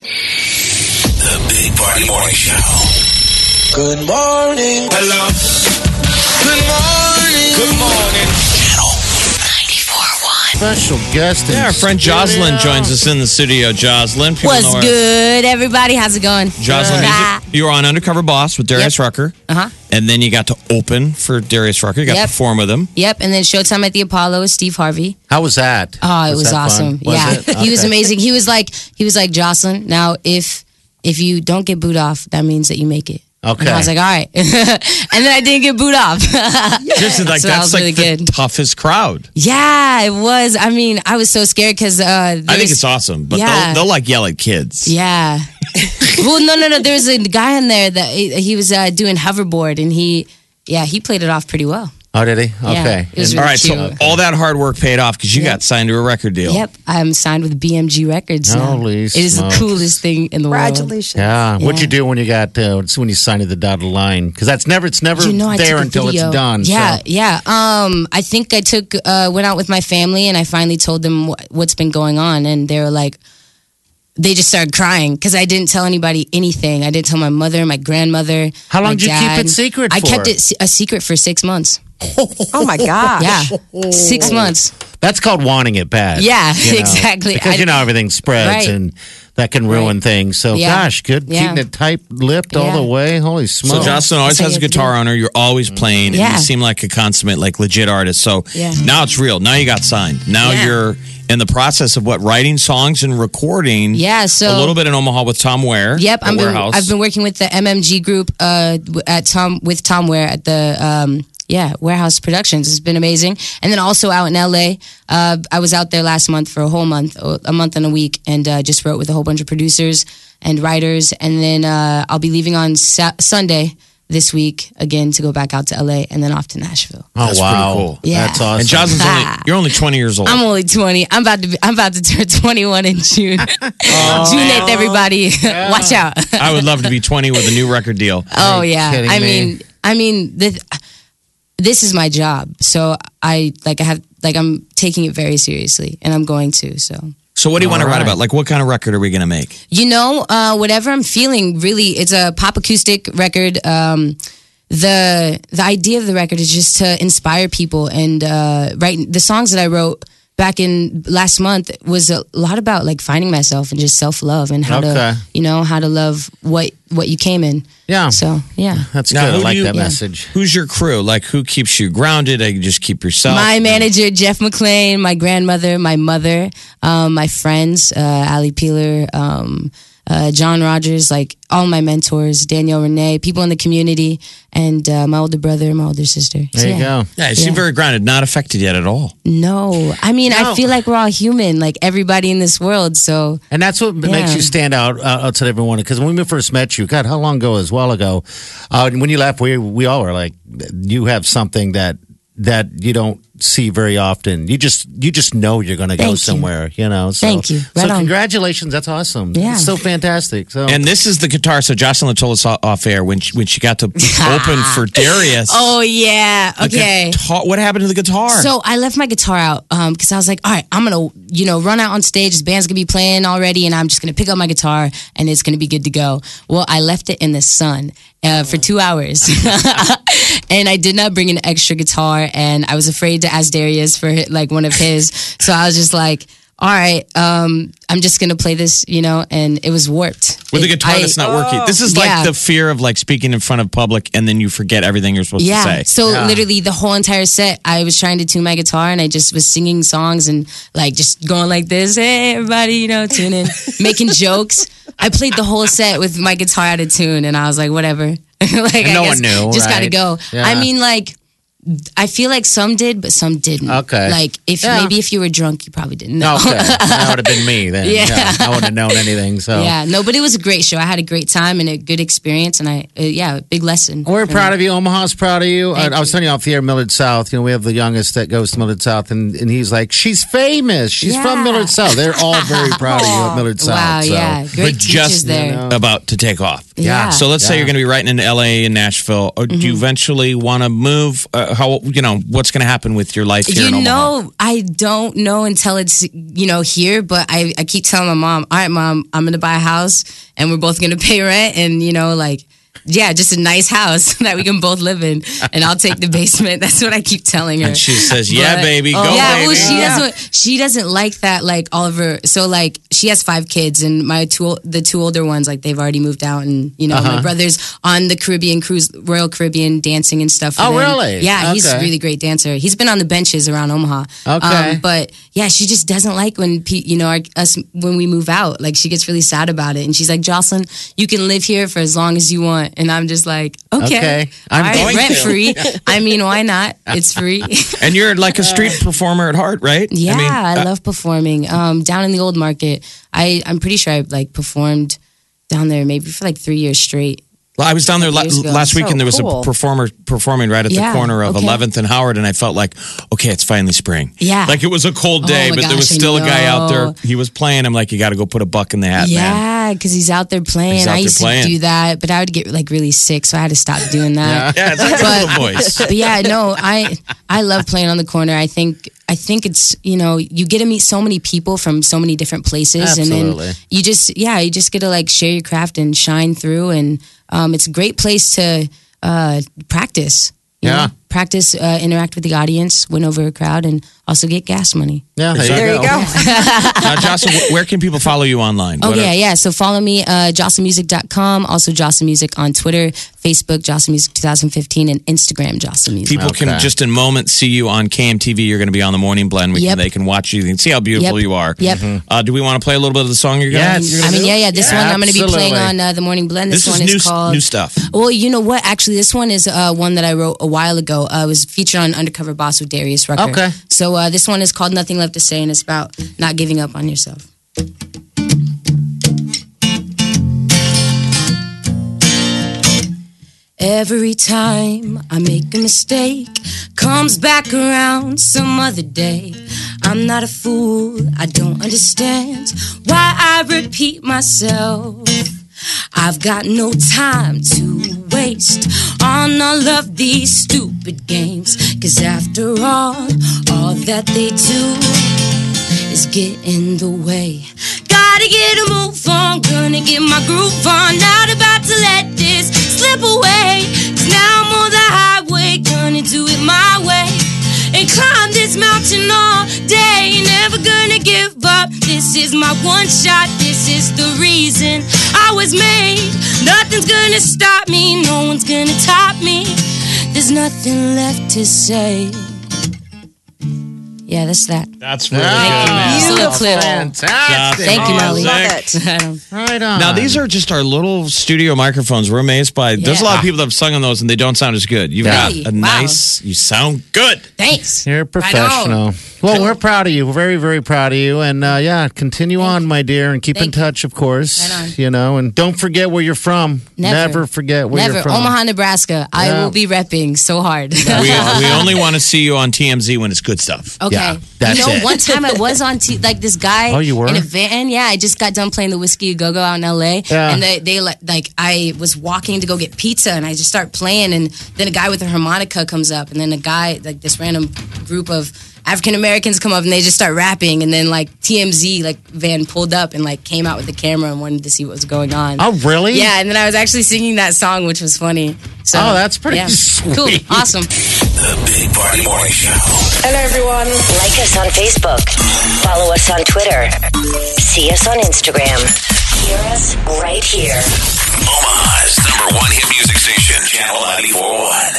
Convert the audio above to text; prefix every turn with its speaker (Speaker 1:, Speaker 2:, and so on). Speaker 1: The Big Party Morning Show. Good morning. Hello. Good morning. Good morning.
Speaker 2: Special guest. in
Speaker 3: Yeah, our friend
Speaker 2: studio.
Speaker 3: Jocelyn joins us in the studio. Jocelyn, people
Speaker 4: What's
Speaker 3: know her-
Speaker 4: good, everybody? How's it going? Ah,
Speaker 3: Jocelyn,
Speaker 4: Bye.
Speaker 3: music. you were on Undercover Boss with Darius Rucker,
Speaker 4: Uh-huh.
Speaker 3: and then you got to open for Darius Rucker. You got
Speaker 4: Yep.
Speaker 3: to perform with him.
Speaker 4: Yep, and then Showtime at the Apollo with Steve Harvey.
Speaker 2: How was that?
Speaker 4: Oh, it was,
Speaker 2: that
Speaker 4: awesome.
Speaker 2: fun? Was
Speaker 4: yeah,
Speaker 2: it?
Speaker 4: he was
Speaker 2: Okay.
Speaker 4: amazing. He was like, he was like Jocelyn. Now, if if you don't get booed off, that means that you make it.
Speaker 2: Okay.
Speaker 4: And I was like, all right, and then I didn't get booed off.
Speaker 3: Just like
Speaker 4: So that
Speaker 3: that's
Speaker 4: was
Speaker 3: like
Speaker 4: really
Speaker 3: the
Speaker 4: good.
Speaker 3: toughest crowd.
Speaker 4: yeah, it was. I mean, I was so scared because uh,
Speaker 3: I think
Speaker 4: there's-
Speaker 3: it's awesome, but
Speaker 4: Yeah.
Speaker 3: they'll, they'll like yell at kids.
Speaker 4: Yeah. well, no, no, no. There was a guy in there that he, he was uh, doing hoverboard, and he, yeah, he played it off pretty well.
Speaker 2: Oh, did he?
Speaker 4: Yeah,
Speaker 2: Okay.
Speaker 4: it was
Speaker 3: All
Speaker 4: really
Speaker 3: right, so
Speaker 4: cute.
Speaker 3: all that hard work paid off because you got signed to a record deal.
Speaker 4: Yep, I'm signed with BMG Records. now.
Speaker 2: Holy
Speaker 4: It is the
Speaker 2: smokes.
Speaker 4: coolest thing in the world.
Speaker 5: Congratulations.
Speaker 2: yeah. What'd
Speaker 4: Yeah.
Speaker 2: you do when you got uh, when you signed to the dotted line? Because that's never it's never
Speaker 4: You know, I
Speaker 2: there
Speaker 4: took a
Speaker 2: until
Speaker 4: video.
Speaker 2: it's done.
Speaker 4: Yeah,
Speaker 2: so.
Speaker 4: yeah. Um, I think I took uh, went out with my family, and I finally told them wh- what's been going on, and they were like, they just started crying because I didn't tell anybody anything. I didn't tell my mother, my grandmother.
Speaker 2: How long
Speaker 4: my
Speaker 2: did you keep
Speaker 4: dad.
Speaker 2: it secret
Speaker 4: I
Speaker 2: for?
Speaker 4: kept it se- a secret for six months.
Speaker 5: Oh my gosh. Oh.
Speaker 4: Yeah, six months.
Speaker 2: That's called wanting it bad.
Speaker 4: Yeah,
Speaker 2: you know,
Speaker 4: exactly.
Speaker 2: Because
Speaker 4: I-
Speaker 2: you know everything spreads
Speaker 4: Right.
Speaker 2: and that can ruin things. So
Speaker 4: Yeah.
Speaker 2: gosh, good
Speaker 4: Yeah.
Speaker 2: keeping it tight lipped all
Speaker 4: Yeah.
Speaker 2: the way. Holy
Speaker 3: So
Speaker 2: smokes.
Speaker 3: Jocelyn always has
Speaker 4: That's
Speaker 3: a
Speaker 4: how you have to
Speaker 3: guitar on her. You're always
Speaker 2: Mm.
Speaker 3: playing, and
Speaker 4: Yeah.
Speaker 3: you seem like a consummate, like legit artist. So
Speaker 4: Yeah.
Speaker 3: now it's real. Now you got signed. Now
Speaker 4: Yeah.
Speaker 3: you're in the process of what writing songs and recording.
Speaker 4: Yeah, so-
Speaker 3: a little bit in Omaha with Tom Ware.
Speaker 4: Yep,
Speaker 3: i
Speaker 4: I'm been,
Speaker 3: warehouse.
Speaker 4: I've been working with the MMG group uh, w- at Tom with Tom Ware at the um, yeah Warehouse Productions. It's been amazing, and then also out in LA, uh, I was out there last month for a whole month, o- a month and a week, and uh, just wrote with a whole bunch of producers and writers, and then uh, I'll be leaving on Sa- Sunday this week again to go back out to LA, and then off to Nashville.
Speaker 2: Oh
Speaker 3: That's pretty
Speaker 2: wow.
Speaker 3: cool.
Speaker 4: Yeah.
Speaker 2: That's awesome.
Speaker 3: and Jocelyn's only you're only 20 years old.
Speaker 4: I'm only 20. I'm about to be, I'm about to turn 21 in June. June 8th, everybody, watch out.
Speaker 3: I would love to be 20 with a new record deal.
Speaker 4: Oh yeah.
Speaker 2: kidding
Speaker 4: I
Speaker 2: me?
Speaker 4: mean, I mean, the, this is my job. So I like I have like I'm taking it very seriously, and I'm going to. So
Speaker 3: So what do you want to write
Speaker 2: right.
Speaker 3: about? Like what kind of record are we going to make?
Speaker 4: you know, uh, whatever I'm feeling, really, it's a pop acoustic record. Um, the the idea of the record is just to inspire people, and uh, right the songs that I wrote back in last month was a lot about like finding myself and just self love and how
Speaker 2: Okay.
Speaker 4: to you know how to love what what you came in.
Speaker 2: Yeah.
Speaker 4: So yeah.
Speaker 2: That's
Speaker 3: Now,
Speaker 2: good. I
Speaker 3: who do
Speaker 2: like
Speaker 3: you-
Speaker 2: that
Speaker 3: Yeah.
Speaker 2: message.
Speaker 3: Who's your crew? Like who keeps you grounded? I just keep yourself.
Speaker 4: My manager, Jeff McLean, my grandmother, my mother, um, my friends, uh, Ali Peeler, um, uh, John Rogers, like all my mentors, Danielle Renee, people in the community, and uh, my older brother, and my older sister.
Speaker 2: There you go.
Speaker 3: yeah, you seem very grounded, not affected yet at all.
Speaker 4: No, I mean,
Speaker 2: No.
Speaker 4: I feel like we're all human, like everybody in this world. So
Speaker 2: And that's what makes you stand out uh, outside everyone. Because when we first met you, God, how long ago? As well ago, uh, when you left, we we all were like, you have something that that you don't see very often. You just you just know you're going to go
Speaker 4: Thank you.
Speaker 2: somewhere. You know. So,
Speaker 4: Thank you. Right
Speaker 2: so
Speaker 4: on.
Speaker 2: congratulations. That's awesome.
Speaker 4: Yeah.
Speaker 2: It's so fantastic. So
Speaker 3: And this is the guitar. So Jocelyn told us o- off air when she, when she got to open for Darius.
Speaker 4: oh yeah,
Speaker 3: the
Speaker 4: okay.
Speaker 3: guitar- what happened to the guitar?
Speaker 4: So I left my guitar out because I was like, all right, I'm gonna, you know, run out on stage. This band's gonna be playing already, and I'm just gonna pick up my guitar and it's gonna be good to go. Well, I left it in the sun uh, for two hours, and I did not bring an extra guitar, and I was afraid to ask Darius for like one of his, so I was just like. All right, um, I'm just gonna play this, you know, and it was warped.
Speaker 3: with a
Speaker 4: It-
Speaker 3: guitar
Speaker 4: I- Oh,
Speaker 3: that's not working. This is like
Speaker 4: Yeah.
Speaker 3: the fear of like speaking in front of public and then you forget everything you're supposed
Speaker 4: Yeah.
Speaker 3: to say.
Speaker 4: So literally the whole entire set, I was trying to tune my guitar and I just was singing songs and like just going like this, hey everybody, you know, tune in, making jokes. I played the whole set with my guitar out of tune and I was like, whatever. like
Speaker 2: no
Speaker 4: I guess
Speaker 2: one knew,
Speaker 4: Just gotta
Speaker 2: right?
Speaker 4: go.
Speaker 2: Yeah.
Speaker 4: I mean like I feel like some did, but some didn't.
Speaker 2: Okay.
Speaker 4: Like if
Speaker 2: Yeah.
Speaker 4: maybe if you were drunk, you probably didn't know.
Speaker 2: Okay, that would have been me then. Yeah,
Speaker 4: Yeah.
Speaker 2: I wouldn't have known anything. So
Speaker 4: Yeah, no, but it was a great show. I had a great time and a good experience, and I, uh, yeah, a big lesson.
Speaker 2: We're proud of you. Omaha's proud of you. I,
Speaker 4: Thank
Speaker 2: I was
Speaker 4: you.
Speaker 2: telling you off the air, Millard South. You know, we have the youngest that goes to Millard South, and, and he's like, she's famous. She's from
Speaker 4: Yeah.
Speaker 2: Millard South. They're all very proud of you at Millard South.
Speaker 4: Wow,
Speaker 2: so.
Speaker 4: yeah, great
Speaker 3: but
Speaker 4: teachers
Speaker 3: just
Speaker 4: there.
Speaker 3: about to take off.
Speaker 4: Yeah. Mm-hmm.
Speaker 3: So let's say
Speaker 2: Yeah.
Speaker 3: you're going to be writing in L.A. and Nashville. Or Do you eventually want to move? Uh, how you know what's going to happen with your life here
Speaker 4: you
Speaker 3: in Omaha?
Speaker 4: know, I don't know until it's you know here, but I, I keep telling my mom, all right, mom, I'm gonna buy a house and we're both gonna pay rent and you know like. Yeah, just a nice house that we can both live in, and I'll take the basement. That's what I keep telling her.
Speaker 3: And she says, "Yeah,
Speaker 4: But- oh,
Speaker 3: baby, go,
Speaker 4: yeah,
Speaker 3: baby."
Speaker 4: well, she doesn't. She doesn't like that. Like all of her. So like she has five kids, and my two ol- the two older ones like they've already moved out, and you know my brother's on the Caribbean cruise, Royal Caribbean, dancing and stuff. for
Speaker 2: Oh,
Speaker 4: them.
Speaker 2: really?
Speaker 4: Yeah, he's
Speaker 2: Okay.
Speaker 4: really really great dancer. He's been on the benches around Omaha. Um,
Speaker 2: Okay.
Speaker 4: but yeah, she just doesn't like when pe- you know our, us when we move out. Like she gets really sad about it, and she's like, "Jocelyn, you can live here for as long as you want." And I'm just like, "Okay,
Speaker 2: Okay. I'm
Speaker 4: All right,
Speaker 3: going to."
Speaker 4: rent free. I mean, why not? It's free."
Speaker 3: And you're like a street performer at heart, right?
Speaker 4: yeah, I,
Speaker 3: I mean, uh,
Speaker 4: love performing. Um, down in the old market, I I'm pretty sure I like performed down there maybe for like three years straight.
Speaker 3: I was down there la-
Speaker 4: Years ago.
Speaker 3: last week,
Speaker 5: So
Speaker 3: and there was
Speaker 5: cool.
Speaker 3: a performer performing right at
Speaker 4: Yeah,
Speaker 3: the corner of
Speaker 4: okay.
Speaker 3: 11th and Howard, and I felt like, okay, it's finally spring.
Speaker 4: Yeah.
Speaker 3: like it was a cold
Speaker 4: Oh
Speaker 3: day,
Speaker 4: my
Speaker 3: but there was
Speaker 4: gosh, I
Speaker 3: still a guy out there.
Speaker 4: know.
Speaker 3: He was playing. I'm like, you got to go put a buck in the hat, man.
Speaker 4: Yeah, because he's out there playing.
Speaker 3: He's out
Speaker 4: I
Speaker 3: there
Speaker 4: used
Speaker 3: playing.
Speaker 4: to do that, but I would get like really sick, so I had to stop doing that.
Speaker 3: Yeah, it's like a
Speaker 4: But-
Speaker 3: little voice.
Speaker 4: but Uh, yeah, no, I I love playing on the corner. I think I think it's you know you get to meet so many people from so many different places, and
Speaker 2: Absolutely.
Speaker 4: then you just yeah you just get to like share your craft and shine through, and um, it's a great place to uh, practice. you
Speaker 2: Yeah.
Speaker 4: know? practice, uh, interact with the audience, win over a crowd, and also get gas money.
Speaker 2: Yeah, there,
Speaker 3: Exactly.
Speaker 2: you,
Speaker 5: There
Speaker 2: go.
Speaker 5: you go.
Speaker 3: Now, Jocelyn, wh- where can people follow you online?
Speaker 4: Oh,
Speaker 3: What
Speaker 4: yeah,
Speaker 3: are-
Speaker 4: yeah. So follow me, uh, jossamusic.com, also Jocelyn Music on Twitter, Facebook, Jocelyn Music 2015, and Instagram, Jocelyn Music.
Speaker 3: People can
Speaker 2: Okay.
Speaker 3: just in moments see you on KMTV. You're going to be on the morning blend. We
Speaker 4: Yep.
Speaker 3: can, they can watch you. They can see how beautiful
Speaker 4: Yep.
Speaker 3: you are.
Speaker 4: Yep.
Speaker 3: Uh, do we want to play a little bit of the song you're going
Speaker 2: Yes.
Speaker 3: to
Speaker 4: I mean, yeah, yeah. This
Speaker 2: Yeah,
Speaker 4: one I'm going to be playing
Speaker 2: absolutely.
Speaker 4: on uh, the Morning Blend. This,
Speaker 3: This is
Speaker 4: one
Speaker 3: new,
Speaker 4: is called.
Speaker 3: new stuff.
Speaker 4: Well, you know what? Actually, this one is uh, one that I wrote a while ago. Uh, it was featured on Undercover Boss with Darius Rucker.
Speaker 2: Okay.
Speaker 4: So uh, this one is called Nothing Left to Say, and it's about not giving up on yourself. Every time I make a mistake, comes back around some other day. I'm not a fool, I don't understand why I repeat myself. I've got no time to waste on all of these stupid games. Cause after all, all that they do is getting the way. Gotta get a move on, gonna get my groove on. Not about to let this slip away. 'Cause now I'm on the highway, gonna do it my way. And climb this mountain all day. Never gonna give up. This is my one shot, this is the reason I was made. Nothing's gonna stop me, no one's gonna top me. There's nothing left to say. Yeah, that's that.
Speaker 3: That's really
Speaker 2: Yeah.
Speaker 3: good, man.
Speaker 4: Just a little
Speaker 5: Beautiful.
Speaker 4: clip.
Speaker 2: Fantastic.
Speaker 4: Thank you, Molly.
Speaker 5: Love it.
Speaker 2: Right on.
Speaker 3: Now these are just our little studio microphones. We're amazed by. There's a lot of
Speaker 4: Yeah.
Speaker 3: people that have sung on those and they don't sound as good. You've
Speaker 4: Really?
Speaker 3: got a
Speaker 4: Wow.
Speaker 3: nice. You sound good.
Speaker 4: Thanks.
Speaker 2: You're a professional. well, we're proud of you. We're very, very proud of you. And uh, yeah, continue on, my dear, and keep in
Speaker 4: Thank you.
Speaker 2: touch, of course.
Speaker 4: Right on.
Speaker 2: You know, and don't forget where you're from.
Speaker 4: Never.
Speaker 2: forget where
Speaker 4: Never.
Speaker 2: you're from.
Speaker 4: Omaha, Nebraska. I
Speaker 2: Yeah.
Speaker 4: will be repping so hard.
Speaker 3: We, we only want to see you on TMZ when it's good stuff.
Speaker 4: Okay.
Speaker 2: Yeah, that's
Speaker 4: you know,
Speaker 2: it.
Speaker 4: one time I was on t- like this guy
Speaker 2: Oh, you were?
Speaker 4: in a van. Yeah, I just got done playing the Whiskey a Go Go out in LA.
Speaker 2: Yeah.
Speaker 4: And they, they like, like I was walking to go get pizza and I just start playing and then a guy with a harmonica comes up and then a guy like this random group of African Americans come up and they just start rapping and then like TMZ like van pulled up and like came out with the camera and wanted to see what was going on.
Speaker 2: Oh, really?
Speaker 4: Yeah, and then I was actually singing that song which was funny. So
Speaker 2: Oh, that's pretty
Speaker 4: yeah. Cool.
Speaker 2: sweet.
Speaker 4: Awesome.
Speaker 1: The Big Party Morning Show.
Speaker 6: Hello, everyone.
Speaker 7: Like us on Facebook. Follow us on Twitter. See us on Instagram. Hear us right here.
Speaker 1: Omaha's number one hit music station, Channel 941.